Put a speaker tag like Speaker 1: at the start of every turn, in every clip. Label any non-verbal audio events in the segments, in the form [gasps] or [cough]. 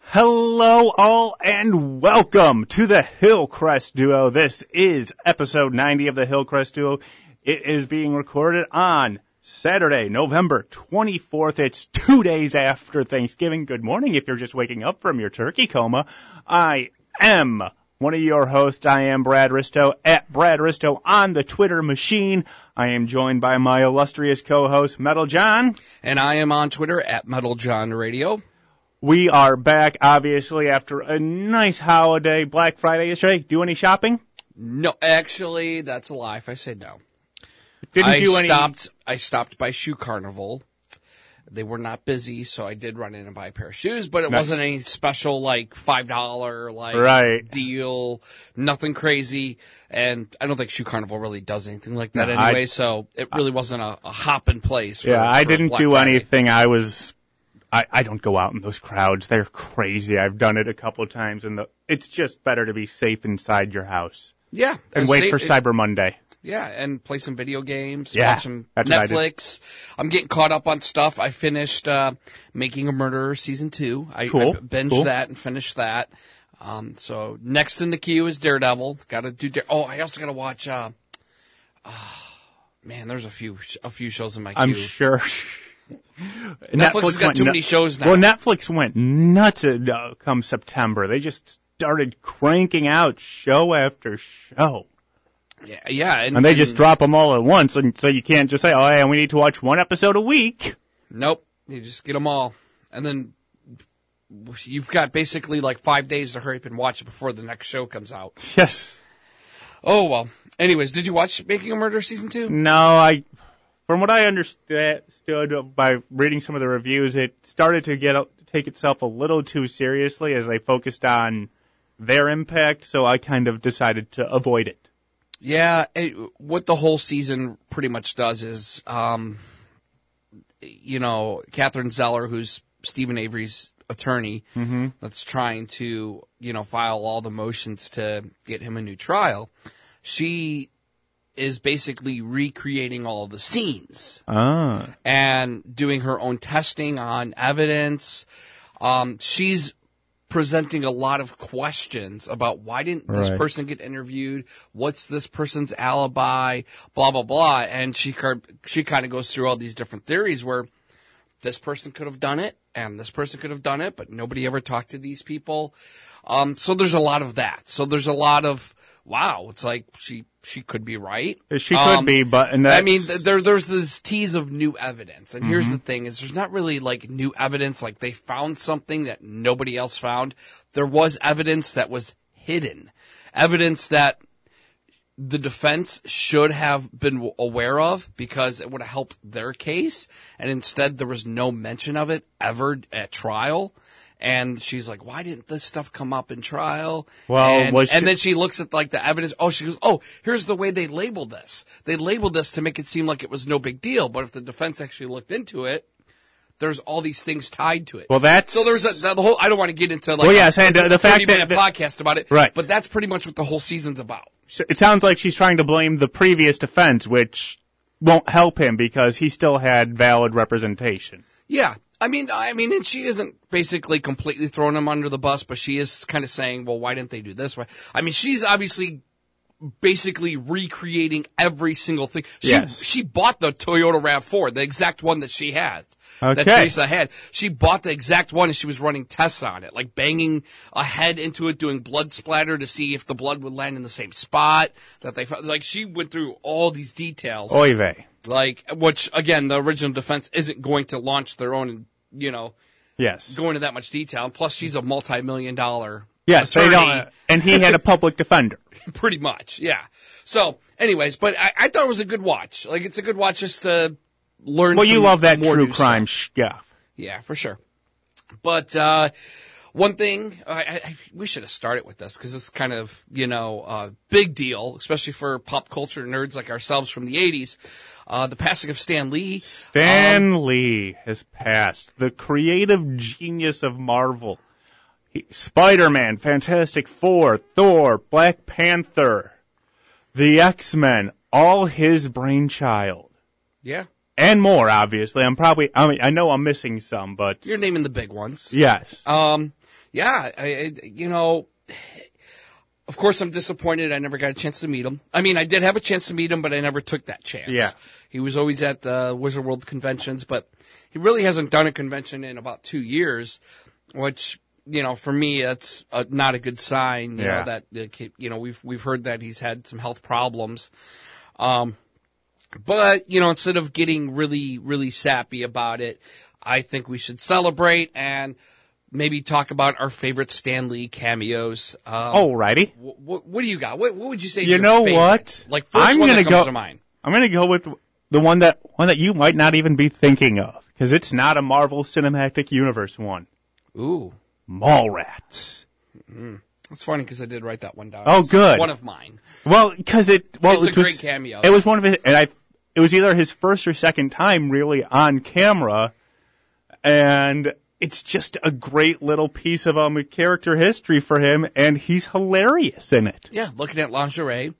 Speaker 1: Hello, all, and welcome to the Hillcrest Duo. This is episode 90 of the Hillcrest Duo. It is being recorded on Saturday, November 24th. It's two days after Thanksgiving. Good morning if you're just waking up from your turkey coma. I am one of your hosts. I am Brad Risto at Brad Risto on the Twitter machine. I am joined by my illustrious co-host, Metal John.
Speaker 2: And I am on Twitter at Metal John Radio.
Speaker 1: We are back, obviously, after a nice holiday, Black Friday yesterday. Do any shopping?
Speaker 2: No, actually, that's a lie if I say no.
Speaker 1: Didn't
Speaker 2: I
Speaker 1: do any.
Speaker 2: stopped. I stopped by Shoe Carnival. They were not busy, so I did run in and buy a pair of shoes, but it
Speaker 1: Nice.
Speaker 2: wasn't any special like five dollar like
Speaker 1: Right.
Speaker 2: deal, nothing crazy. And I don't think Shoe Carnival really does anything like that
Speaker 1: No, I-
Speaker 2: anyway, so it really wasn't a, a hop in place. For,
Speaker 1: Yeah, I
Speaker 2: for
Speaker 1: didn't
Speaker 2: Black
Speaker 1: do
Speaker 2: Friday.
Speaker 1: anything. I was. I, I don't go out in those crowds. They're crazy. I've done it a couple times, and the, it's just better to be safe inside your house
Speaker 2: Yeah,
Speaker 1: and
Speaker 2: uh,
Speaker 1: wait
Speaker 2: sa-
Speaker 1: for Cyber Monday.
Speaker 2: Yeah, and play some video games,
Speaker 1: Yeah,
Speaker 2: watch some
Speaker 1: that's what I did.
Speaker 2: Netflix. I'm getting caught up on stuff. I finished uh Making a Murderer season 2. I,
Speaker 1: Cool,
Speaker 2: I binged
Speaker 1: cool.
Speaker 2: that and finished that. Um so next in the queue is Daredevil. Got to do Dare- Oh, I also got to watch uh oh, man, there's a few sh- a few shows in my queue.
Speaker 1: I'm sure. [laughs]
Speaker 2: Netflix has got
Speaker 1: went
Speaker 2: too
Speaker 1: nu-
Speaker 2: many shows now.
Speaker 1: Well, Netflix went nuts uh, come September. They just started cranking out show after show.
Speaker 2: yeah, yeah, and,
Speaker 1: And they just
Speaker 2: and-
Speaker 1: drop them all at once, and so you can't just say, "Oh, yeah, we need to watch one episode a week."
Speaker 2: Nope. You just get them all. And then you've got basically like 5 days to hurry up and watch it before the next show comes out.
Speaker 1: Yes.
Speaker 2: Oh well. Anyways, did you watch Making a Murder season two?
Speaker 1: No, I. From what I understood by reading some of the reviews, it started to get take itself a little too seriously as they focused on their impact. So I kind of decided to avoid it.
Speaker 2: Yeah. It, what the whole season pretty much does is, um, you know, Catherine Zeller, who's Stephen Avery's attorney,
Speaker 1: Mm-hmm.
Speaker 2: that's trying to, you know, file all the motions to get him a new trial. She is basically recreating all the scenes.
Speaker 1: Ah.
Speaker 2: and doing her own testing on evidence. Um, she's presenting a lot of questions about why didn't this
Speaker 1: Right.
Speaker 2: person get interviewed? What's this person's alibi? Blah blah blah. And she car- she kind of goes through all these different theories where this person could have done it and this person could have done it, but nobody ever talked to these people. Um, so there's a lot of that. So there's a lot of wow. It's like she she could be right.
Speaker 1: She could
Speaker 2: Um,
Speaker 1: be, but and
Speaker 2: I
Speaker 1: that's- Mm-hmm.
Speaker 2: mean, th- there, there's this tease of new evidence, and here's the thing: is there's not really like new evidence. Like they found something that nobody else found. There was evidence that was hidden, evidence that the defense should have been w- aware of because it would have helped their case, and instead there was no mention of it ever at trial. And she's like, "Why didn't this stuff come up in trial?"
Speaker 1: Well,
Speaker 2: and,
Speaker 1: was
Speaker 2: and
Speaker 1: she-
Speaker 2: then she looks at like the evidence. Oh, she goes, "Oh, here's the way they labeled this. They labeled this to make it seem like it was no big deal, but if the defense actually looked into it, there's all these things tied to it."
Speaker 1: well, that's
Speaker 2: so there's a, the whole. I don't want to get into like
Speaker 1: Well, yes,
Speaker 2: a,
Speaker 1: and, uh, the fact
Speaker 2: 30 minute
Speaker 1: that-
Speaker 2: podcast about it,
Speaker 1: Right.
Speaker 2: But that's pretty much what the whole season's about.
Speaker 1: So it sounds like she's trying to blame the previous defense, which won't help him because he still had valid representation.
Speaker 2: Yeah. I mean, I mean, and she isn't basically completely throwing him under the bus, but she is kind of saying, well, why didn't they do this way? I mean, she's obviously basically recreating every single thing. She,
Speaker 1: Yes.
Speaker 2: she bought the Toyota RAV4, the exact one that she had. That
Speaker 1: Okay.
Speaker 2: Teresa had. She bought the exact one and she was running tests on it, like banging a head into it, doing blood splatter to see if the blood would land in the same spot that they found. Like she went through all these details
Speaker 1: Oy vey.
Speaker 2: like which again the original defense isn't going to launch their own you know
Speaker 1: Yes.
Speaker 2: go into that much detail and plus she's a multi-million dollar
Speaker 1: Yes, they
Speaker 2: attorney.
Speaker 1: don't. uh, And he had a public defender.
Speaker 2: pretty much yeah so anyways but I, I thought it was a good watch like it's a good watch just to
Speaker 1: [laughs]
Speaker 2: learn
Speaker 1: Well, you
Speaker 2: some
Speaker 1: love that
Speaker 2: more
Speaker 1: true
Speaker 2: new
Speaker 1: crime
Speaker 2: stuff.
Speaker 1: stuff.
Speaker 2: yeah for sure but uh one thing I, I, I- we should have started with this because it's kind of you know uh, big deal, especially for pop culture nerds like ourselves from the '80s. Uh, the passing of Stan Lee.
Speaker 1: Stan Lee has passed, the creative genius of Marvel. He, Spider-Man, Fantastic Four, Thor, Black Panther, the X-Men, all his brainchild.
Speaker 2: Yeah,
Speaker 1: And more, obviously. I'm probably, I mean, I know I'm missing some, but
Speaker 2: You're naming the big ones.
Speaker 1: yes.
Speaker 2: Um, yeah, I, I, you know, of course I'm disappointed I never got a chance to meet him. I mean, I did have a chance to meet him, but I never took that chance.
Speaker 1: Yeah.
Speaker 2: He was always at the Wizard World conventions, but he really hasn't done a convention in about two years, which, you know, for me, that's uh not a good sign. You
Speaker 1: Yeah.
Speaker 2: know, that, the kid- you know, we've, we've heard that he's had some health problems. Um, but, you know, instead of getting really, really sappy about it, I think we should celebrate and maybe talk about our favorite Stan Lee cameos. Um,
Speaker 1: Alrighty.
Speaker 2: what, what, what do you got? What, what would you say? is
Speaker 1: Oh. You
Speaker 2: your
Speaker 1: know
Speaker 2: favorite?
Speaker 1: what?
Speaker 2: Like 1st
Speaker 1: I'm
Speaker 2: one that
Speaker 1: gonna
Speaker 2: comes
Speaker 1: go-
Speaker 2: to mind.
Speaker 1: I'm going to go with the one that one that you might not even be thinking of because it's not a Marvel Cinematic Universe one.
Speaker 2: Ooh,
Speaker 1: Mallrats.
Speaker 2: that's funny because I did write that one down.
Speaker 1: Oh,
Speaker 2: It's
Speaker 1: good.
Speaker 2: One of mine.
Speaker 1: Well, because it well
Speaker 2: it's
Speaker 1: it
Speaker 2: a
Speaker 1: was
Speaker 2: great cameo.
Speaker 1: it was one of his and I it was either his first or second time really on camera, and it's just a great little piece of um character history for him, and he's hilarious in it.
Speaker 2: yeah, looking at lingerie,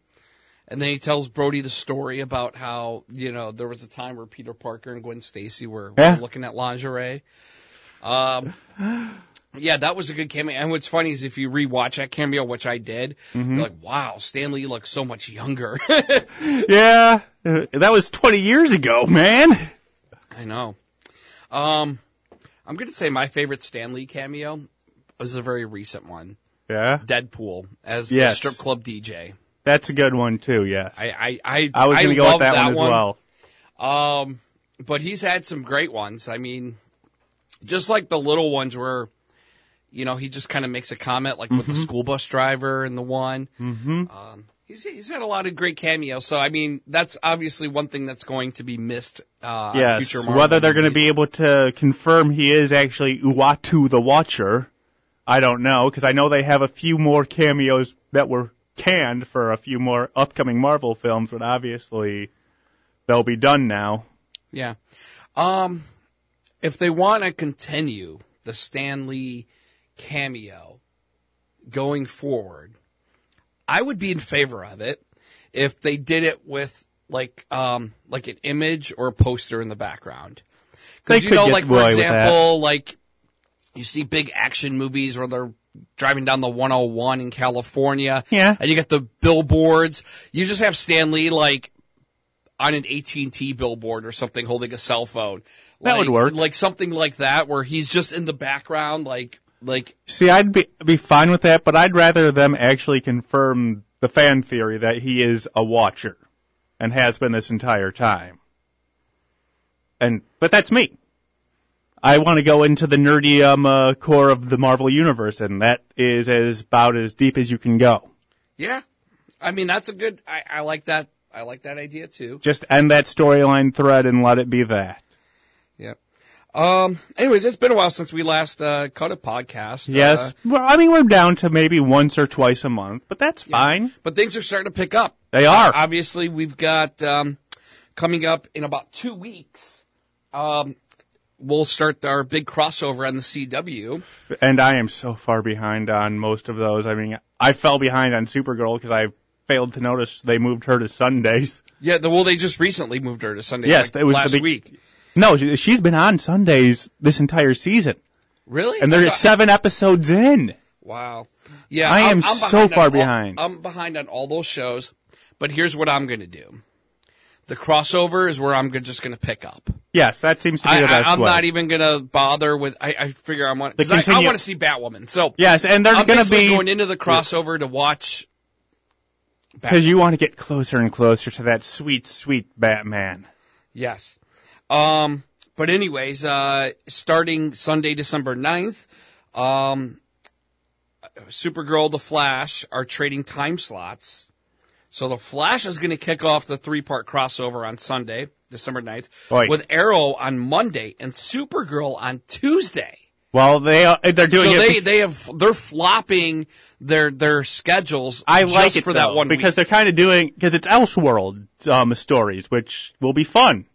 Speaker 2: and then he tells Brody the story about how you know there was a time where Peter Parker and Gwen Stacy were, were
Speaker 1: Yeah.
Speaker 2: looking at lingerie. Um, [sighs] yeah, that was a good cameo. And what's funny is if you rewatch that cameo, which I did,
Speaker 1: Mm-hmm.
Speaker 2: you're like, wow, Stanley looks so much younger. [laughs]
Speaker 1: Mm-hmm. Yeah, uh, that was 20 years ago, man.
Speaker 2: I know. Um, I'm gonna say my favorite Stanley cameo was a very recent one,
Speaker 1: Yeah,
Speaker 2: Deadpool as
Speaker 1: Yes.
Speaker 2: the strip club DJ.
Speaker 1: that's a good one too. Yeah,
Speaker 2: I I I,
Speaker 1: I was going to go
Speaker 2: love
Speaker 1: with that, one as well.
Speaker 2: Um, but he's had some great ones. I mean, just like the little ones where, you know, he just kind of makes a comment like
Speaker 1: Mm-hmm.
Speaker 2: with the school bus driver and the one.
Speaker 1: hmm
Speaker 2: Um, he's he's had a lot of great cameos. So I mean, that's obviously one thing that's going to be missed. Uh, on
Speaker 1: Yes,
Speaker 2: future Marvel
Speaker 1: whether they're going to
Speaker 2: movies.
Speaker 1: be able to confirm he is actually Uatu the Watcher, I don't know, because I know they have a few more cameos that were canned for a few more upcoming Marvel films, but obviously they'll be done now.
Speaker 2: Yeah. Um, if they want to continue the Stan Lee cameo going forward, I would be in favor of it if they did it with like um like an image or a poster in the background.
Speaker 1: They
Speaker 2: Because you
Speaker 1: could
Speaker 2: know,
Speaker 1: get
Speaker 2: like
Speaker 1: away
Speaker 2: for
Speaker 1: with that.
Speaker 2: example, like you see big action movies where they're driving down the 101 in California
Speaker 1: Yeah.
Speaker 2: and you got the billboards. You just have Stan Lee like on an AT&T billboard or something holding a cell phone.
Speaker 1: That would
Speaker 2: Like-
Speaker 1: work.
Speaker 2: Like something like that where he's just in the background like like
Speaker 1: See, I'd be be fine with that, but I'd rather them actually confirm the fan theory that he is a Watcher and has been this entire time. And but that's me. I want to go into the nerdy um, uh, core of the Marvel universe, and that is as about as deep as you can go.
Speaker 2: yeah. I mean that's a good I, I like that I like that idea too.
Speaker 1: Just end that storyline thread and let it be that.
Speaker 2: Um anyways, it's been a while since we last uh cut a podcast.
Speaker 1: yes,
Speaker 2: Uh,
Speaker 1: well, I mean we're down to maybe once or twice a month, but that's
Speaker 2: Yeah.
Speaker 1: fine.
Speaker 2: but things are starting to pick up.
Speaker 1: They are.
Speaker 2: Obviously, we've got um, coming up in about two weeks. Um, we'll start our big crossover on the CW.
Speaker 1: and I am so far behind on most of those. I mean, I fell behind on Supergirl because I failed to notice they moved her to Sundays.
Speaker 2: Yeah, the, well, they just recently moved her to Sunday.
Speaker 1: Yes,
Speaker 2: like
Speaker 1: it was the
Speaker 2: last
Speaker 1: big-
Speaker 2: week.
Speaker 1: No, she- she's been on Sundays this entire season,
Speaker 2: Really?
Speaker 1: and there
Speaker 2: I'm
Speaker 1: is
Speaker 2: not-
Speaker 1: seven episodes in.
Speaker 2: Wow. Yeah,
Speaker 1: I
Speaker 2: I'm-
Speaker 1: am
Speaker 2: I'm
Speaker 1: so
Speaker 2: behind on
Speaker 1: far
Speaker 2: all-
Speaker 1: behind.
Speaker 2: I'm behind on all those shows, but here's what I'm going to do. The crossover is where I'm go- just going to pick up.
Speaker 1: Yes, that seems to be
Speaker 2: I,
Speaker 1: the best
Speaker 2: I, I'm
Speaker 1: way.
Speaker 2: not e-, even going to bother with. I, I figure I want.
Speaker 1: The
Speaker 2: Cause I, I
Speaker 1: continue-
Speaker 2: want to see Batwoman. So
Speaker 1: yes, and there's
Speaker 2: I'm
Speaker 1: going to
Speaker 2: basically going
Speaker 1: be
Speaker 2: into the crossover to watch.
Speaker 1: because
Speaker 2: Batman.
Speaker 1: you want to get closer and closer to that sweet, sweet Batman.
Speaker 2: Yes. Um, but anyways, uh, starting Sunday, December 9th, um, Supergirl, The Flash are trading time slots. So The Flash is going to kick off the three-part crossover on Sunday, December 9th,
Speaker 1: Boy,
Speaker 2: with Arrow on Monday and Supergirl on Tuesday.
Speaker 1: well, they are, they're doing
Speaker 2: So
Speaker 1: it.
Speaker 2: they, they have, they're flopping their, their schedules
Speaker 1: I like
Speaker 2: just
Speaker 1: it
Speaker 2: for
Speaker 1: though,
Speaker 2: that one
Speaker 1: because
Speaker 2: week.
Speaker 1: they're kind of doing because it's Elseworld um, stories, which will be fun.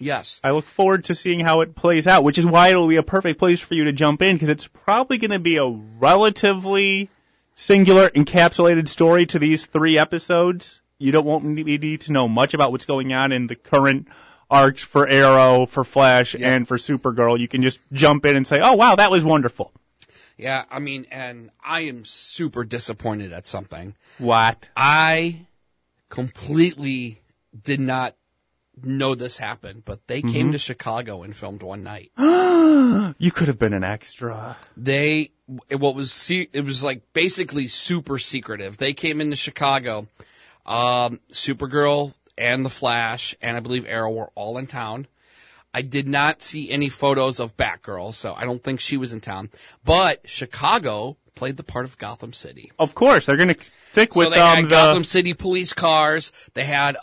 Speaker 2: Yes.
Speaker 1: I look forward to seeing how it plays out, which is why it'll be a perfect place for you to jump in because it's probably going to be a relatively singular encapsulated story to these three episodes. You don't want me need to know much about what's going on in the current arcs for Arrow, for Flash,
Speaker 2: Yeah.
Speaker 1: and for Supergirl. You can just jump in and say, "Oh wow, that was wonderful."
Speaker 2: Yeah, I mean, and I am super disappointed at something.
Speaker 1: What?
Speaker 2: I completely did not know this happened, but they came to Chicago and filmed one night.
Speaker 1: [gasps] you could have been an extra.
Speaker 2: They what was se- it was like basically super secretive. They came into Chicago. Um, Supergirl and the Flash and I believe Arrow were all in town. I did not see any photos of Batgirl, so I don't think she was in town. But Chicago played the part of Gotham City.
Speaker 1: Of course, they're gonna stick with
Speaker 2: so they
Speaker 1: um
Speaker 2: had
Speaker 1: the
Speaker 2: Gotham City police cars. They had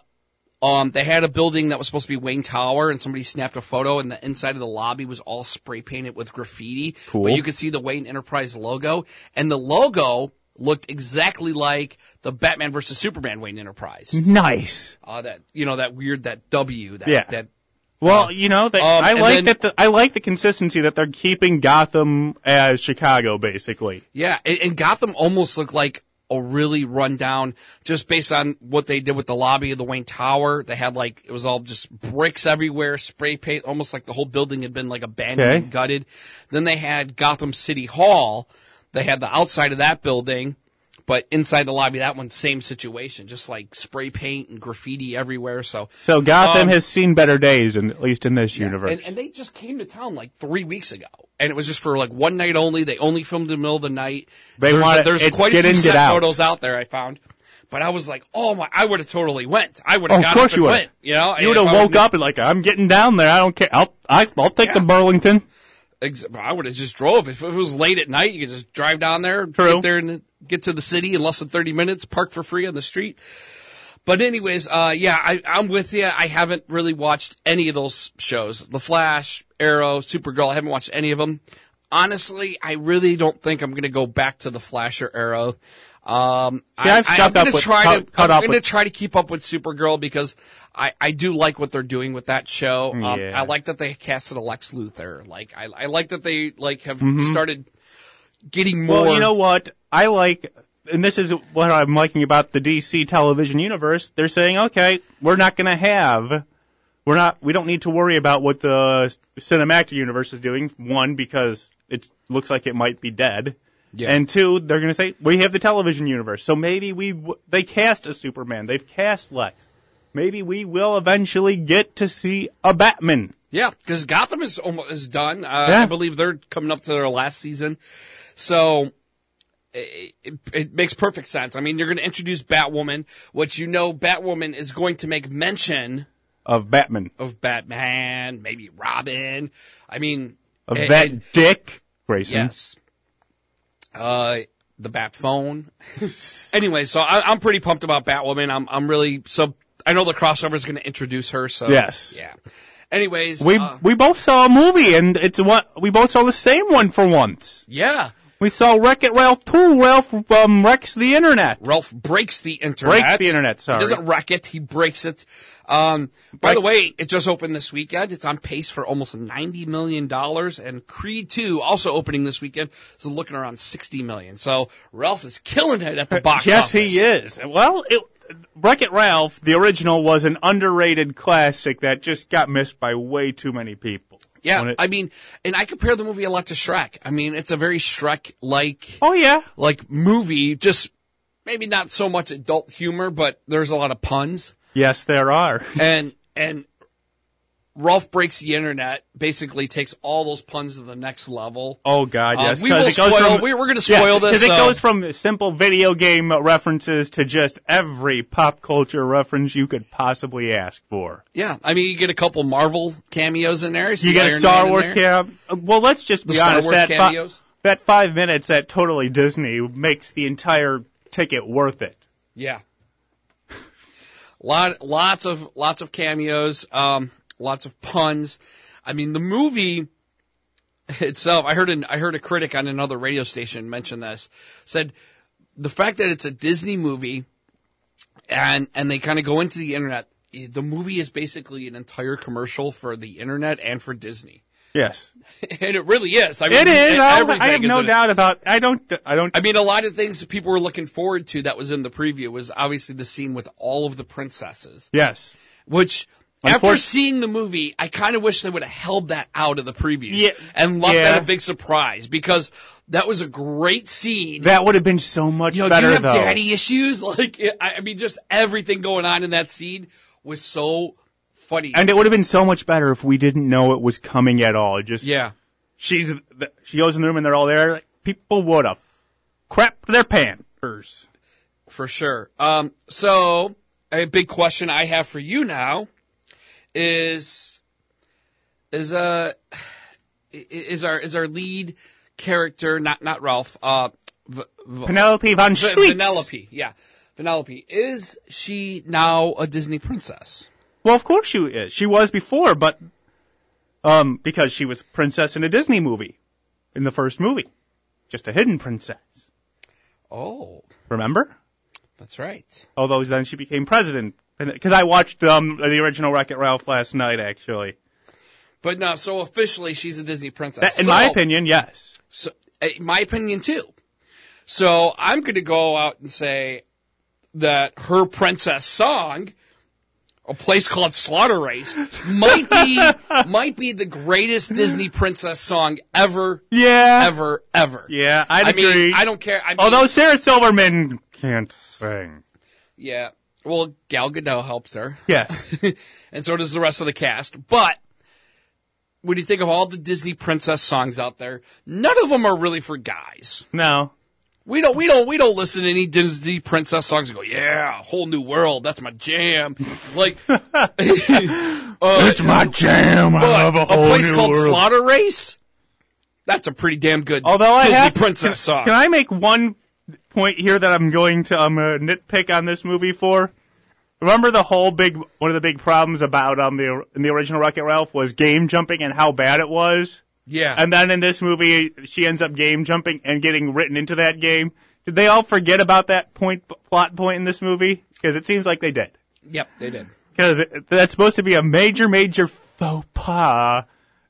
Speaker 2: um they had a building that was supposed to be Wayne Tower, and somebody snapped a photo, and the inside of the lobby was all spray painted with graffiti.
Speaker 1: Cool.
Speaker 2: But you could see the Wayne Enterprise logo, and the logo looked exactly like the Batman versus Superman Wayne Enterprise.
Speaker 1: nice.
Speaker 2: Uh, that you know that weird that W that
Speaker 1: Mm-hmm. Yeah.
Speaker 2: that
Speaker 1: Well, you know, they,
Speaker 2: um,
Speaker 1: I
Speaker 2: and
Speaker 1: like
Speaker 2: then-
Speaker 1: that. The, I like the consistency that they're keeping Gotham as Chicago, basically.
Speaker 2: Yeah, and, and Gotham almost looked like a really rundown, just based on what they did with the lobby of the Wayne Tower. They had like it was all just bricks everywhere, spray paint, almost like the whole building had been like abandoned
Speaker 1: Okay.
Speaker 2: and gutted. Then they had Gotham City Hall. They had the outside of that building, but inside the lobby, that one same situation, just like spray paint and graffiti everywhere. So
Speaker 1: So Gotham
Speaker 2: Um,
Speaker 1: has seen better days, in, at least in this
Speaker 2: yeah,
Speaker 1: universe.
Speaker 2: And, and they just came to town like three weeks ago, and it was just for like one night only. They only filmed in the middle of the night.
Speaker 1: They
Speaker 2: there's
Speaker 1: want it-
Speaker 2: there's
Speaker 1: it's
Speaker 2: quite
Speaker 1: get
Speaker 2: a few
Speaker 1: in, get
Speaker 2: set
Speaker 1: out.
Speaker 2: photos out there I found, but I was like, oh my, I would have totally went. I would
Speaker 1: Oh,
Speaker 2: have
Speaker 1: Of
Speaker 2: got
Speaker 1: course
Speaker 2: up
Speaker 1: you
Speaker 2: and
Speaker 1: would've.
Speaker 2: went. You know,
Speaker 1: you would have woke up and like, I'm getting down there. I don't care. I'll I, I'll take the
Speaker 2: Yeah.
Speaker 1: Burlington.
Speaker 2: Ex- I would have just drove. If it was late at night, you could just drive down there,
Speaker 1: True.
Speaker 2: get there, and get to the city in less than 30 minutes. Park for free on the street. But anyways, uh, yeah, I, I'm with you. I haven't really watched any of those shows. The Flash, Arrow, Supergirl. I haven't watched any of them. Honestly, I really don't think I'm going to go back to the Flash or Arrow. Um,
Speaker 1: See,
Speaker 2: I,
Speaker 1: I've
Speaker 2: I,
Speaker 1: stopped
Speaker 2: am
Speaker 1: up
Speaker 2: going to
Speaker 1: with-
Speaker 2: try
Speaker 1: cut-
Speaker 2: to,
Speaker 1: cut
Speaker 2: I'm
Speaker 1: off
Speaker 2: going to
Speaker 1: with-
Speaker 2: try to keep up with Supergirl because I, I do like what they're doing with that show. Um,
Speaker 1: Yeah.
Speaker 2: I like that they casted a Lex Luthor. Like, I, I like that they, like, have started getting more.
Speaker 1: Mm-hmm. Well, you know what? I like, and this is what I'm liking about the DC television universe. They're saying, okay, we're not going to have, we're not, we don't need to worry about what the cinematic universe is doing. One, because it looks like it might be dead.
Speaker 2: Yeah.
Speaker 1: And two, they're going to say we have the television universe, so maybe we w- they cast a Superman, they've cast Lex. Maybe we will eventually get to see a Batman.
Speaker 2: Yeah, because Gotham is almost is done. Uh,
Speaker 1: Yeah.
Speaker 2: I believe they're coming up to their last season, so it, it, it makes perfect sense. I mean, you're going to introduce Batwoman, which you know Batwoman is going to make mention
Speaker 1: Of Batman.
Speaker 2: of Batman, maybe Robin. I mean,
Speaker 1: Of
Speaker 2: and-
Speaker 1: that
Speaker 2: and-
Speaker 1: dick, Grayson.
Speaker 2: yes, uh, the Bat phone. [laughs] anyway, so I, I'm pretty pumped about Batwoman. I'm I'm really so I know the crossover is going to introduce her. So
Speaker 1: Yes.
Speaker 2: yeah. Anyways,
Speaker 1: We
Speaker 2: uh,
Speaker 1: we both saw a movie, and it's what we both saw the same one for once.
Speaker 2: yeah.
Speaker 1: We saw Wreck It Ralph two. Ralph um, wrecks the internet.
Speaker 2: Ralph breaks the internet.
Speaker 1: Breaks the internet. Sorry.
Speaker 2: He doesn't wreck it. He breaks it. Um, by the way, it just opened this weekend. It's on pace for almost ninety million dollars, and Creed Two also opening this weekend is looking around sixty million. So Ralph is killing it at the box
Speaker 1: Uh, yes,
Speaker 2: office.
Speaker 1: he is. Well, it, Wreck It Ralph, the original, was an underrated classic that just got missed by way too many people.
Speaker 2: Yeah,
Speaker 1: When it-
Speaker 2: I mean, and I compare the movie a lot to Shrek. I mean, it's a very Shrek-like
Speaker 1: oh yeah.
Speaker 2: like movie. Just maybe not so much adult humor, but there's a lot of puns.
Speaker 1: Yes, there are.
Speaker 2: and and Ralph breaks the internet basically takes all those puns to the next level.
Speaker 1: Oh god,
Speaker 2: Uh,
Speaker 1: yes.
Speaker 2: we
Speaker 1: 'cause
Speaker 2: will
Speaker 1: it goes
Speaker 2: spoil.
Speaker 1: from-
Speaker 2: we, we're going to
Speaker 1: Yeah,
Speaker 2: spoil this. uh,
Speaker 1: 'cause it
Speaker 2: so-
Speaker 1: goes from simple video game references to just every pop culture reference you could possibly ask for.
Speaker 2: yeah, I mean, you get a couple Marvel cameos in there.
Speaker 1: You get a Star Wars cameo. Well, let's just
Speaker 2: The
Speaker 1: be
Speaker 2: Star
Speaker 1: honest.
Speaker 2: Wars
Speaker 1: that, fi-
Speaker 2: cameos.
Speaker 1: that five minutes at Totally Disney makes the entire ticket worth it.
Speaker 2: Yeah. Lot, lots of lots of cameos, um, lots of puns. I mean, the movie itself. I heard an, I heard a critic on another radio station mention this. Said the fact that it's a Disney movie, and and they kind of go into the internet. eh, The movie is basically an entire commercial for the internet and for Disney, [laughs]
Speaker 1: Yes,
Speaker 2: and it really is. I mean,
Speaker 1: it is. I'll- I
Speaker 2: E- everything
Speaker 1: have
Speaker 2: is
Speaker 1: no
Speaker 2: in it.
Speaker 1: doubt about. I don't. I don't.
Speaker 2: I mean, a lot of things that people were looking forward to that was in the preview was obviously the scene with all of the princesses,
Speaker 1: yes.
Speaker 2: which After
Speaker 1: Unfortunately-
Speaker 2: seeing the movie, I kind of wish they would have held that out of the previews
Speaker 1: Yeah.
Speaker 2: and left
Speaker 1: Yeah.
Speaker 2: that a big surprise because that was a great scene.
Speaker 1: That would have been so much
Speaker 2: you know,
Speaker 1: better
Speaker 2: do you have
Speaker 1: though.
Speaker 2: daddy issues? [laughs] Like, I- I mean, just everything going on in that scene was so funny.
Speaker 1: and it would have been so much better if we didn't know it was coming at all. It just
Speaker 2: yeah.
Speaker 1: she's th- she goes in the room and they're all there. Like, people would have crapped their pants.
Speaker 2: For sure. Um, so a big question I have for you now is is uh i- is our is our lead character not not Ralph uh v- v-
Speaker 1: Penelope von
Speaker 2: v-
Speaker 1: Schweetz.
Speaker 2: Vanellope yeah Vanellope is she now a Disney princess?
Speaker 1: Well, of course she is. She was before, but um, because she was a princess in a Disney movie, in the first movie, just a hidden princess.
Speaker 2: Oh,
Speaker 1: Remember?
Speaker 2: that's right.
Speaker 1: Although then she became president. Because I watched um, the original Wreck-It Ralph last night, actually.
Speaker 2: But no, so officially she's a Disney princess.
Speaker 1: That, in
Speaker 2: So-
Speaker 1: my opinion, yes.
Speaker 2: So, uh, my opinion too. So I'm going to go out and say that her princess song, a place called Slaughter Race,
Speaker 1: [laughs]
Speaker 2: might be might be the greatest Disney princess song ever,
Speaker 1: Yeah.
Speaker 2: ever, ever.
Speaker 1: Yeah, I'd
Speaker 2: I
Speaker 1: agree.
Speaker 2: mean, I don't care. I mean,
Speaker 1: Although Sarah Silverman can't sing.
Speaker 2: yeah. Well, Gal Gadot helps her, [laughs]
Speaker 1: Yeah.
Speaker 2: and so does the rest of the cast. But when you think of all the Disney princess songs out there, none of them are really for guys. [laughs]
Speaker 1: No.
Speaker 2: We don't, we don't, we don't listen to any Disney princess songs and go, yeah, whole new world, that's my jam. Like, [laughs] uh,
Speaker 1: It's my jam. I
Speaker 2: but
Speaker 1: love a whole
Speaker 2: place
Speaker 1: new
Speaker 2: called
Speaker 1: world.
Speaker 2: Slaughter Race. That's a pretty damn good
Speaker 1: Although I
Speaker 2: Disney
Speaker 1: have-
Speaker 2: princess
Speaker 1: can,
Speaker 2: song.
Speaker 1: Can I make one point here that I'm going to um, uh, nitpick on this movie for? Remember the whole big one of the big problems about um the in the original Wreck-It Ralph was game jumping and how bad it was,
Speaker 2: yeah.
Speaker 1: and then in this movie she ends up game jumping and getting written into that game. Did they all forget about that point plot point in this movie? Because it seems like they did.
Speaker 2: yep, they did.
Speaker 1: Because that's supposed to be a major major faux pas,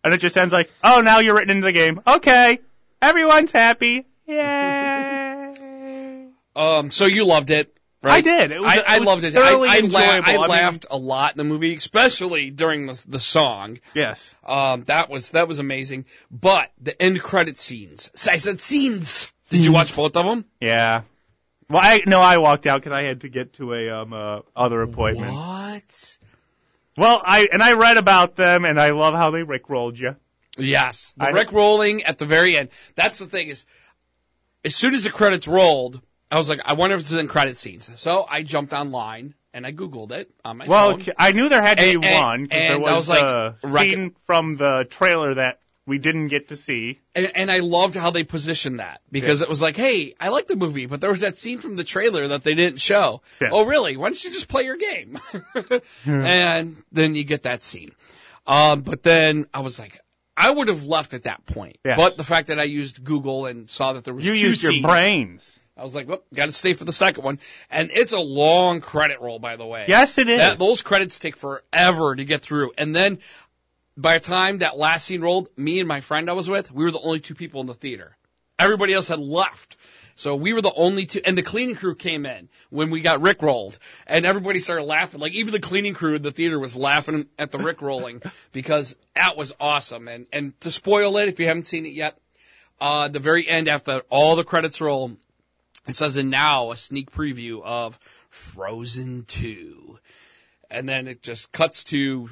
Speaker 1: and it just sounds like oh now you're written into the game. Okay, everyone's happy. Yay.
Speaker 2: Um, so you loved it, right?
Speaker 1: I did. It was-
Speaker 2: I,
Speaker 1: it
Speaker 2: I
Speaker 1: was
Speaker 2: loved it. I,
Speaker 1: thoroughly
Speaker 2: I, la-
Speaker 1: enjoyable. I
Speaker 2: I
Speaker 1: mean-
Speaker 2: laughed a lot in the movie, especially during the, the song.
Speaker 1: yes.
Speaker 2: Um, that was that was amazing. But the end credit scenes. I said scenes. Did
Speaker 1: Mm.
Speaker 2: you watch both of them?
Speaker 1: Yeah. Well, I no, I walked out because I had to get to a um uh, other appointment.
Speaker 2: What?
Speaker 1: Well, I and I read about them, and I love how they rickrolled you.
Speaker 2: Yes, the
Speaker 1: I-
Speaker 2: Rick rolling at the very end. That's the thing is, as soon as the credits rolled, I was like, I wonder if this is in credit scenes. So I jumped online and I googled it on my
Speaker 1: Well,
Speaker 2: phone.
Speaker 1: I knew there had to
Speaker 2: And-
Speaker 1: be
Speaker 2: and-
Speaker 1: one 'cause
Speaker 2: and I
Speaker 1: there was,
Speaker 2: was like,
Speaker 1: a
Speaker 2: Wreck-It-
Speaker 1: scene from the trailer that we didn't get to see.
Speaker 2: And, and I loved how they positioned that because it was like, hey, I like the movie, but there was that scene from the trailer that they didn't show.
Speaker 1: Yes.
Speaker 2: Oh, really? Why don't you just play
Speaker 1: [laughs]
Speaker 2: your game? and then you get that scene. Um, but then I was like, I would have left at that point.
Speaker 1: Yes.
Speaker 2: But the fact that I used Google and saw that there was
Speaker 1: You
Speaker 2: two
Speaker 1: used your
Speaker 2: scenes,
Speaker 1: brains.
Speaker 2: I was like, well, got to stay for the second one. And it's a long credit roll, by the way.
Speaker 1: Yes, it is.
Speaker 2: That, those credits take forever to get through. And then by the time that last scene rolled, me and my friend I was with, we were the only two people in the theater. Everybody else had left. So we were the only two, and the cleaning crew came in when we got rickrolled, and everybody started laughing. Like even the cleaning crew in the theater was laughing at
Speaker 1: [laughs]
Speaker 2: the rickrolling because that was awesome. And and to spoil it, if you haven't seen it yet, uh, the very end after all the credits roll, it says in now a sneak preview of Frozen 2. And then it just cuts to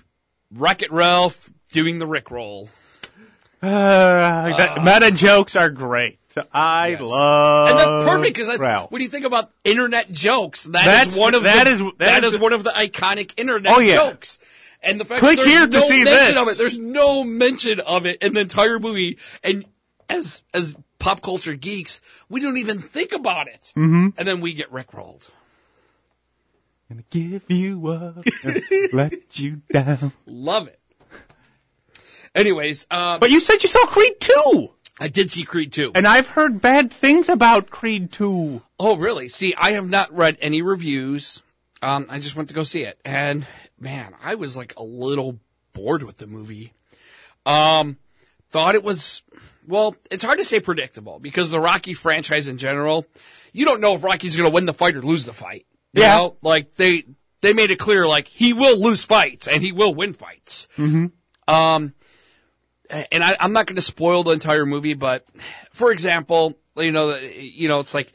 Speaker 2: Wreck It Ralph doing the Rickroll.
Speaker 1: Uh, that- meta jokes are great. I
Speaker 2: Yes.
Speaker 1: love.
Speaker 2: And that's perfect because that's
Speaker 1: Uh, Ralph.
Speaker 2: when you think about internet jokes, that's
Speaker 1: That's-
Speaker 2: one of
Speaker 1: that
Speaker 2: the,
Speaker 1: is- that
Speaker 2: that
Speaker 1: is-
Speaker 2: is one of the iconic internet
Speaker 1: Oh, yeah.
Speaker 2: jokes. And the fact
Speaker 1: Click
Speaker 2: that there's
Speaker 1: here to
Speaker 2: no
Speaker 1: see
Speaker 2: mention
Speaker 1: this.
Speaker 2: of it, there's no mention of it in the entire movie. And as as pop culture geeks, we don't even think about it. Mm-hmm. And then we get Rickrolled.
Speaker 1: Gonna give you up,
Speaker 2: [laughs]
Speaker 1: let you down.
Speaker 2: Love it. Anyways, um,
Speaker 1: But you said you saw Creed 2!
Speaker 2: I did see Creed 2.
Speaker 1: And I've heard bad things about Creed 2.
Speaker 2: Oh, really? See, I have not read any reviews. Um, I just went to go see it, and man, I was like a little bored with the movie. Um, thought it was, well, it's hard to say predictable because the Rocky franchise in general, you don't know if Rocky's going to win the fight or lose the fight. You
Speaker 1: Yeah.
Speaker 2: know? like they they made it clear like he will lose fights and he will win fights.
Speaker 1: Mhm.
Speaker 2: Um, and I, I'm not going to spoil the entire movie, but for example, you know, the- you know, it's like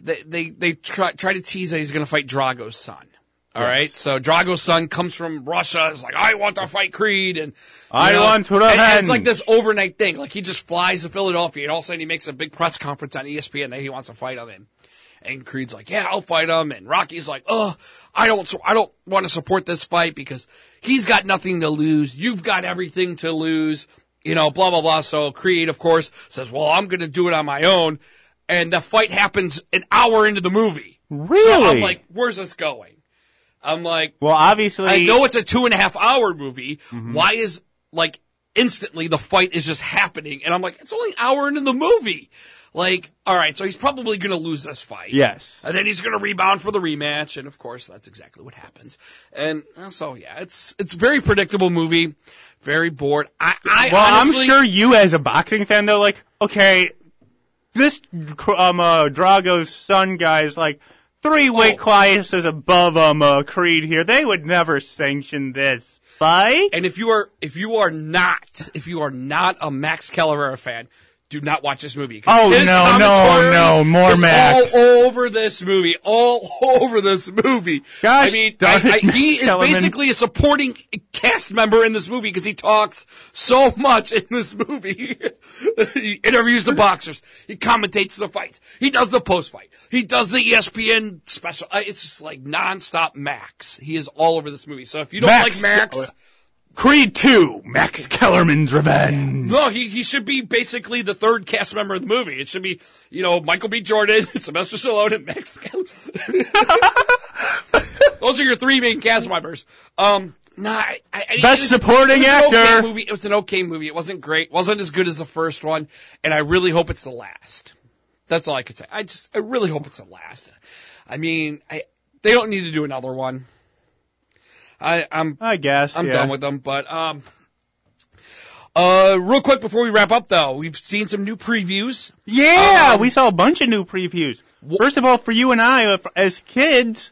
Speaker 2: they they, they try, try to tease that he's going to fight Drago's son. All right, so Drago's son comes from Russia. It's like I want to fight Creed, and
Speaker 1: I
Speaker 2: you know,
Speaker 1: want to
Speaker 2: and- and
Speaker 1: revenge.
Speaker 2: It's like this overnight thing. Like he just flies to Philadelphia, and all of a sudden he makes a big press conference on E ESPN that he wants to fight on him. And Creed's like, yeah, I'll fight him. And Rocky's like, oh, I don't, so I don't want to support this fight because he's got nothing to lose. You've got everything to lose. You know, blah, blah, blah. So Creed, of course, says, well, I'm going to do it on my own. And the fight happens an hour into the movie. So
Speaker 1: Really?
Speaker 2: I'm like, where's this going? I'm like,
Speaker 1: well, obviously,
Speaker 2: I know it's a two and a half hour movie.
Speaker 1: Mm-hmm.
Speaker 2: Why is like instantly the fight is just happening? And I'm like, it's only an hour into the movie. Like, all right, so he's probably going to lose this fight.
Speaker 1: Yes.
Speaker 2: And then he's going to rebound for the rematch, and of course that's exactly what happens. And uh, so yeah, it's it's a very predictable movie, very bored. I, I
Speaker 1: Well,
Speaker 2: honestly,
Speaker 1: I'm sure you, as a boxing fan, though, like, okay, this um uh, Drago's son guy is like three weight
Speaker 2: Oh.
Speaker 1: classes above um uh, Creed here. They would never sanction this fight.
Speaker 2: And if you are if you are not if you are not a Max Calavera fan, do not watch this movie. 'Cause
Speaker 1: Oh,
Speaker 2: his
Speaker 1: no, no,
Speaker 2: commentary
Speaker 1: no, more
Speaker 2: is
Speaker 1: Max.
Speaker 2: All over this movie, all [laughs] over this movie.
Speaker 1: Gosh
Speaker 2: I mean, I,
Speaker 1: darn it,
Speaker 2: I, he is
Speaker 1: Kellerman.
Speaker 2: basically a supporting cast member in this movie because he talks so much in this movie. [laughs] he interviews the boxers, he commentates the fights, he does the post fight, he does the E ESPN special. Uh, It's just like nonstop Max. He is all over this movie. So if you don't
Speaker 1: Max
Speaker 2: like Max.
Speaker 1: Keller- Creed two, Max Kellerman's revenge.
Speaker 2: No, he, he should be basically the third cast member of the movie. It should be, you know, Michael B. Jordan, [laughs] Sylvester Stallone, and Max.
Speaker 1: [laughs]
Speaker 2: Those are your three main cast members. Um, nah, I, I, I-
Speaker 1: Best supporting
Speaker 2: it was an
Speaker 1: actor.
Speaker 2: okay movie. It was an okay movie. It wasn't great. wasn't as good as the first one, and I really hope it's the last. That's all I could say. I just, I really hope it's the last. I mean, I, they don't need to do another one. I, I'm
Speaker 1: I guess.
Speaker 2: I'm
Speaker 1: yeah.
Speaker 2: done with them. But um, uh, real quick before we wrap up, though, we've seen some new previews.
Speaker 1: Yeah,
Speaker 2: Um,
Speaker 1: we saw a bunch of new previews. First of all, for you and I, if- as kids,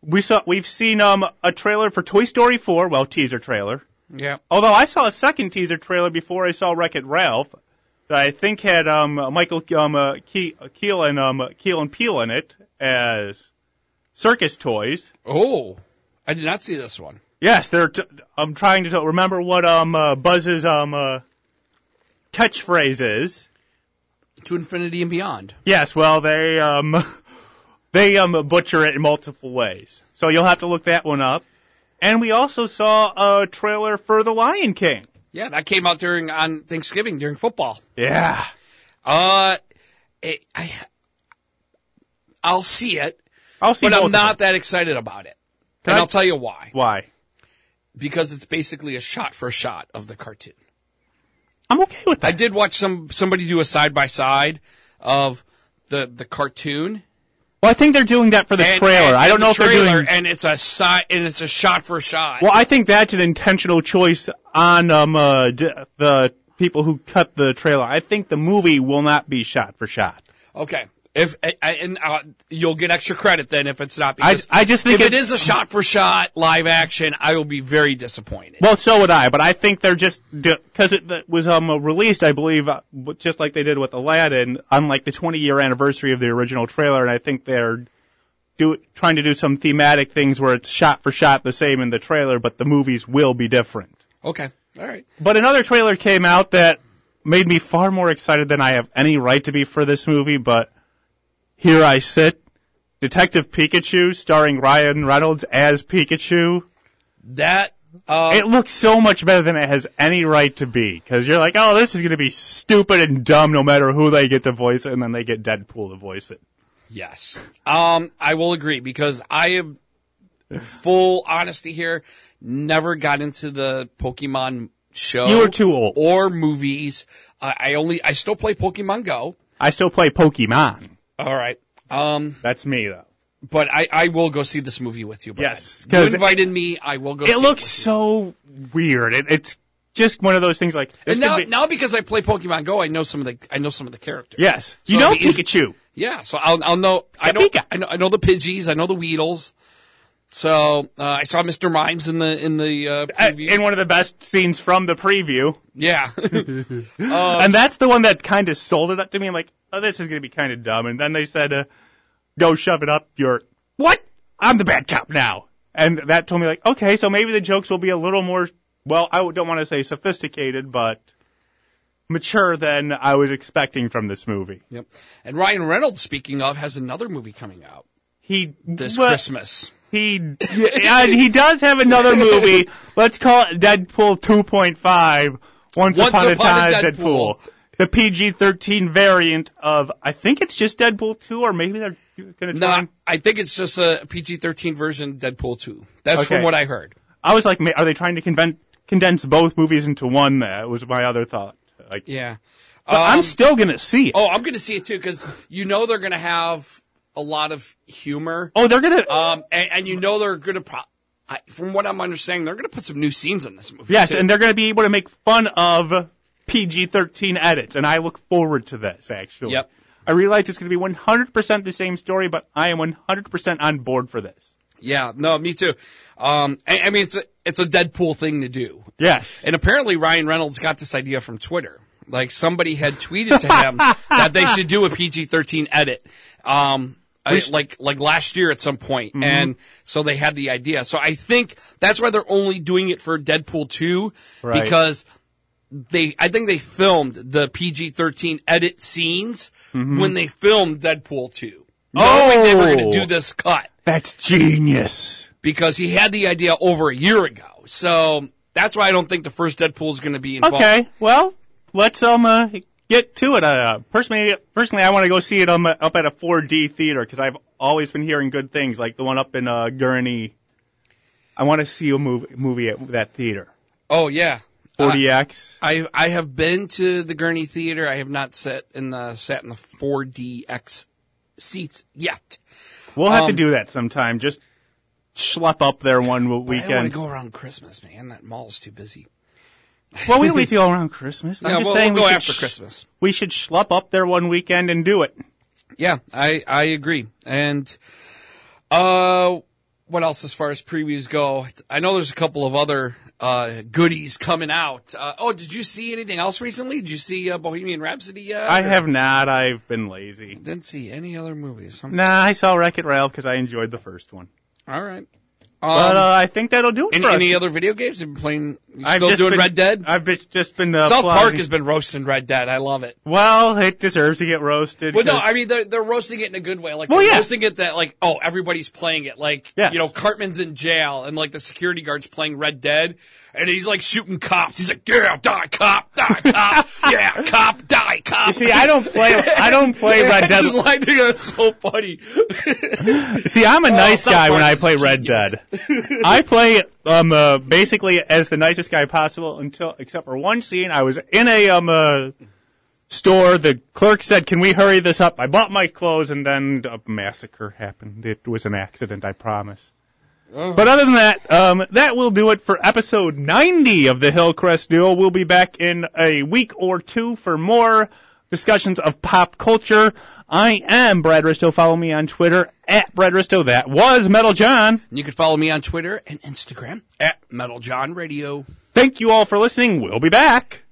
Speaker 1: we saw we've seen um a trailer for Toy Story 4, well teaser trailer.
Speaker 2: Yeah.
Speaker 1: Although I saw a second teaser trailer before I saw Wreck It Ralph, that I think had um Michael um uh, Ke- Keel and um Keel and Peele in it as circus toys.
Speaker 2: Oh, I did not see this one.
Speaker 1: Yes, they're. T- I'm trying to t- remember what um uh, Buzz's um uh, catchphrase is.
Speaker 2: To infinity and beyond.
Speaker 1: Yes, well they um [laughs] they um butcher it in multiple ways. So you'll have to look that one up. And we also saw a trailer for The Lion King.
Speaker 2: Yeah, that came out during on Thanksgiving during football.
Speaker 1: Yeah.
Speaker 2: Uh, it, I, I'll see it,
Speaker 1: I'll see
Speaker 2: but
Speaker 1: both
Speaker 2: I'm
Speaker 1: of them.
Speaker 2: not that excited about it,
Speaker 1: Can
Speaker 2: and
Speaker 1: I-
Speaker 2: I'll tell you why.
Speaker 1: why.
Speaker 2: Because it's basically a shot for shot of the cartoon.
Speaker 1: I'm okay with
Speaker 2: I
Speaker 1: that.
Speaker 2: did watch some somebody do a side by side of the the cartoon
Speaker 1: well, I think they're doing that for the
Speaker 2: and-
Speaker 1: trailer.
Speaker 2: and-
Speaker 1: I don't
Speaker 2: and
Speaker 1: know
Speaker 2: the
Speaker 1: if they're
Speaker 2: trailer,
Speaker 1: doing.
Speaker 2: And it's a shot, and it's a shot for shot.
Speaker 1: well, I think that's an intentional choice on um uh, d- the people who cut the trailer. I think the movie will not be shot for shot.
Speaker 2: Okay. If I- I- and uh, you'll get extra credit then if it's not
Speaker 1: I
Speaker 2: because
Speaker 1: I just think
Speaker 2: if it is a shot for shot live action, I will be very disappointed.
Speaker 1: Well, so would I, but I think they're just because it that was um released, I believe, uh, just like they did with Aladdin, on like the 20 year anniversary of the original trailer, and I think they're do trying to do some thematic things where it's shot for shot the same in the trailer, but the movies will be different.
Speaker 2: Okay. All right.
Speaker 1: But another trailer came out that made me far more excited than I have any right to be for this movie, but here I sit. Detective Pikachu, starring Ryan Reynolds as Pikachu
Speaker 2: That uh,
Speaker 1: it looks so much better than it has any right to be because you're like, oh, this is going to be stupid and dumb no matter who they get to voice it, and then they get Deadpool to voice it.
Speaker 2: yes. Um, I will agree because I am full honesty here. Never got into the Pokemon show.
Speaker 1: You were too old.
Speaker 2: or movies. I, I only I still play Pokemon Go.
Speaker 1: I still play Pokemon.
Speaker 2: All right. Um,
Speaker 1: That's me though.
Speaker 2: but I, I will go see this movie with you, Brad.
Speaker 1: Yes,
Speaker 2: You
Speaker 1: 'cause
Speaker 2: invited me. I will go see
Speaker 1: It looks
Speaker 2: with
Speaker 1: so weird. It, it's just one of those things like
Speaker 2: you.
Speaker 1: this
Speaker 2: And now,
Speaker 1: could be-
Speaker 2: now because I play Pokemon Go, I know some of the I know some of the characters.
Speaker 1: yes, you
Speaker 2: So
Speaker 1: know
Speaker 2: it'll be easy-
Speaker 1: Pikachu.
Speaker 2: Yeah, so I'll I'll know I know,
Speaker 1: Pika.
Speaker 2: I know I know the Pidgeys, I know the Weedles. So uh, I saw Mr. Mimes in the in the uh,
Speaker 1: Uh,
Speaker 2: preview.
Speaker 1: in one of the best scenes from the preview. [laughs]
Speaker 2: yeah. Uh,
Speaker 1: and that's the one that kind of sold it up to me. I'm like, oh, this is going to be kind of dumb. And then they said, uh, go shove it up your, what? I'm the bad cop now. And that told me like, okay, so maybe the jokes will be a little more, well, I don't want to say sophisticated, but mature than I was expecting from this movie.
Speaker 2: yep. And Ryan Reynolds, speaking of, has another movie coming out
Speaker 1: He,
Speaker 2: this
Speaker 1: well,
Speaker 2: Christmas.
Speaker 1: he, yeah, he does have another movie. Let's call it Deadpool 2.5. Once,
Speaker 2: Once
Speaker 1: upon, a
Speaker 2: Upon
Speaker 1: time,
Speaker 2: a
Speaker 1: Deadpool.
Speaker 2: Deadpool.
Speaker 1: the PG-13 variant of I think it's just Deadpool 2 or maybe they're going to
Speaker 2: No,
Speaker 1: try.
Speaker 2: I-
Speaker 1: and-
Speaker 2: I think it's just a PG-13 version of Deadpool 2. That's
Speaker 1: Okay.
Speaker 2: from what I heard.
Speaker 1: I was like, ma- are they trying to conven- condense both movies into one? That was my other thought. Like,
Speaker 2: Yeah.
Speaker 1: but I'm
Speaker 2: Um,
Speaker 1: still going to see it. Oh,
Speaker 2: oh, I'm going to see it too because you know they're going to have a lot of humor.
Speaker 1: Oh, they're going to.
Speaker 2: Um, and, and you know they're going to, pro- I, from what I'm understanding, they're going to put some new scenes in this movie.
Speaker 1: yes,
Speaker 2: too.
Speaker 1: and they're going to be able to make fun of PG-13 edits, and I look forward to this actually.
Speaker 2: Yep.
Speaker 1: I realize it's going to be 100% the same story, but I am 100% on board for this.
Speaker 2: yeah, no, me too. Um, I, I mean, it's a, it's a Deadpool thing to do.
Speaker 1: Yes.
Speaker 2: And apparently Ryan Reynolds got this idea from Twitter. Like somebody had tweeted to
Speaker 1: [laughs]
Speaker 2: him that they should do a PG-13 edit. Um, I- like like last year at some point.
Speaker 1: Mm-hmm.
Speaker 2: and so they had the idea. So I think that's why they're only doing it for Deadpool 2
Speaker 1: Right.
Speaker 2: because they I think they filmed the PG-13 edit scenes
Speaker 1: Mm-hmm.
Speaker 2: when they filmed Deadpool 2. Knowing they were going
Speaker 1: Oh.
Speaker 2: to do this cut
Speaker 1: That's genius.
Speaker 2: because he had the idea over a year ago. So that's why I don't think the first Deadpool is going to be involved.
Speaker 1: Okay, well, let's um uh, get to it. Uh, personally, personally, I want to go see it um, up at a 4D theater because I've always been hearing good things, like the one up in uh, Gurney. I want to see a movie movie at that theater.
Speaker 2: Oh yeah. Uh,
Speaker 1: 4DX.
Speaker 2: I I have been to the Gurney Theater. I have not sat in the sat in the 4DX seats yet.
Speaker 1: We'll have to
Speaker 2: um,
Speaker 1: do that sometime. Just schlep up there one
Speaker 2: But I don't want
Speaker 1: weekend.
Speaker 2: to go around Christmas, man. That mall's too busy.
Speaker 1: [laughs] well, we
Speaker 2: [laughs]
Speaker 1: wait till around Christmas. I'm
Speaker 2: yeah,
Speaker 1: just
Speaker 2: we'll,
Speaker 1: saying
Speaker 2: we'll go
Speaker 1: should
Speaker 2: after
Speaker 1: sh-
Speaker 2: Christmas.
Speaker 1: We should schlep up there one weekend and do it.
Speaker 2: Yeah, I I agree. And uh, what else as far as previews go? I know there's a couple of other uh goodies coming out. Uh, oh, did you see anything else recently? Did you see uh, Bohemian Rhapsody yet?
Speaker 1: I
Speaker 2: or-
Speaker 1: have not. I've been lazy.
Speaker 2: Didn't see any other movies. I'm-
Speaker 1: Nah, I saw Wreck-It Ralph because I enjoyed the first one.
Speaker 2: All right. Um,
Speaker 1: But uh, I think that'll do it
Speaker 2: Any,
Speaker 1: for us.
Speaker 2: any other video games? You've been playing? You
Speaker 1: I've
Speaker 2: still
Speaker 1: just
Speaker 2: doing
Speaker 1: been-
Speaker 2: Red Dead?
Speaker 1: I've been, just been uh,
Speaker 2: South
Speaker 1: plodding.
Speaker 2: Park has been roasting Red Dead. I love it.
Speaker 1: well, it deserves to get roasted.
Speaker 2: Well, no,
Speaker 1: 'cause-
Speaker 2: I mean they're they're roasting it in a good way. Like
Speaker 1: Well,
Speaker 2: they're
Speaker 1: yeah.
Speaker 2: roasting it that like oh everybody's playing it. Like
Speaker 1: Yeah.
Speaker 2: you know Cartman's in jail and like the security guard's playing Red Dead and he's like shooting cops. He's like yeah die cop die
Speaker 1: [laughs]
Speaker 2: cop yeah cop die cop.
Speaker 1: you see, I don't play. I don't
Speaker 2: [laughs]
Speaker 1: play Red
Speaker 2: I
Speaker 1: Dead.
Speaker 2: just like think that's so funny.
Speaker 1: [laughs] See, I'm a nice
Speaker 2: South
Speaker 1: guy when
Speaker 2: Park
Speaker 1: I
Speaker 2: is
Speaker 1: play Red
Speaker 2: genius.
Speaker 1: Dead. [laughs] I play um uh, basically as the nicest guy possible until except for one scene. I was in a um uh, store. The clerk said, "Can we hurry this up?" I bought my clothes, and then a massacre happened. It was an accident, I promise.
Speaker 2: Oh.
Speaker 1: But other than that, um, that will do it for episode 90 of the Hillcrest Duel. We'll be back in a week or two for more discussions of pop culture. I am Brad Risto. Follow me on Twitter at Brad Risto. That was Metal John.
Speaker 2: [laughs] you can follow me on Twitter and Instagram at Metal John Radio.
Speaker 1: Thank you all for listening. We'll be back.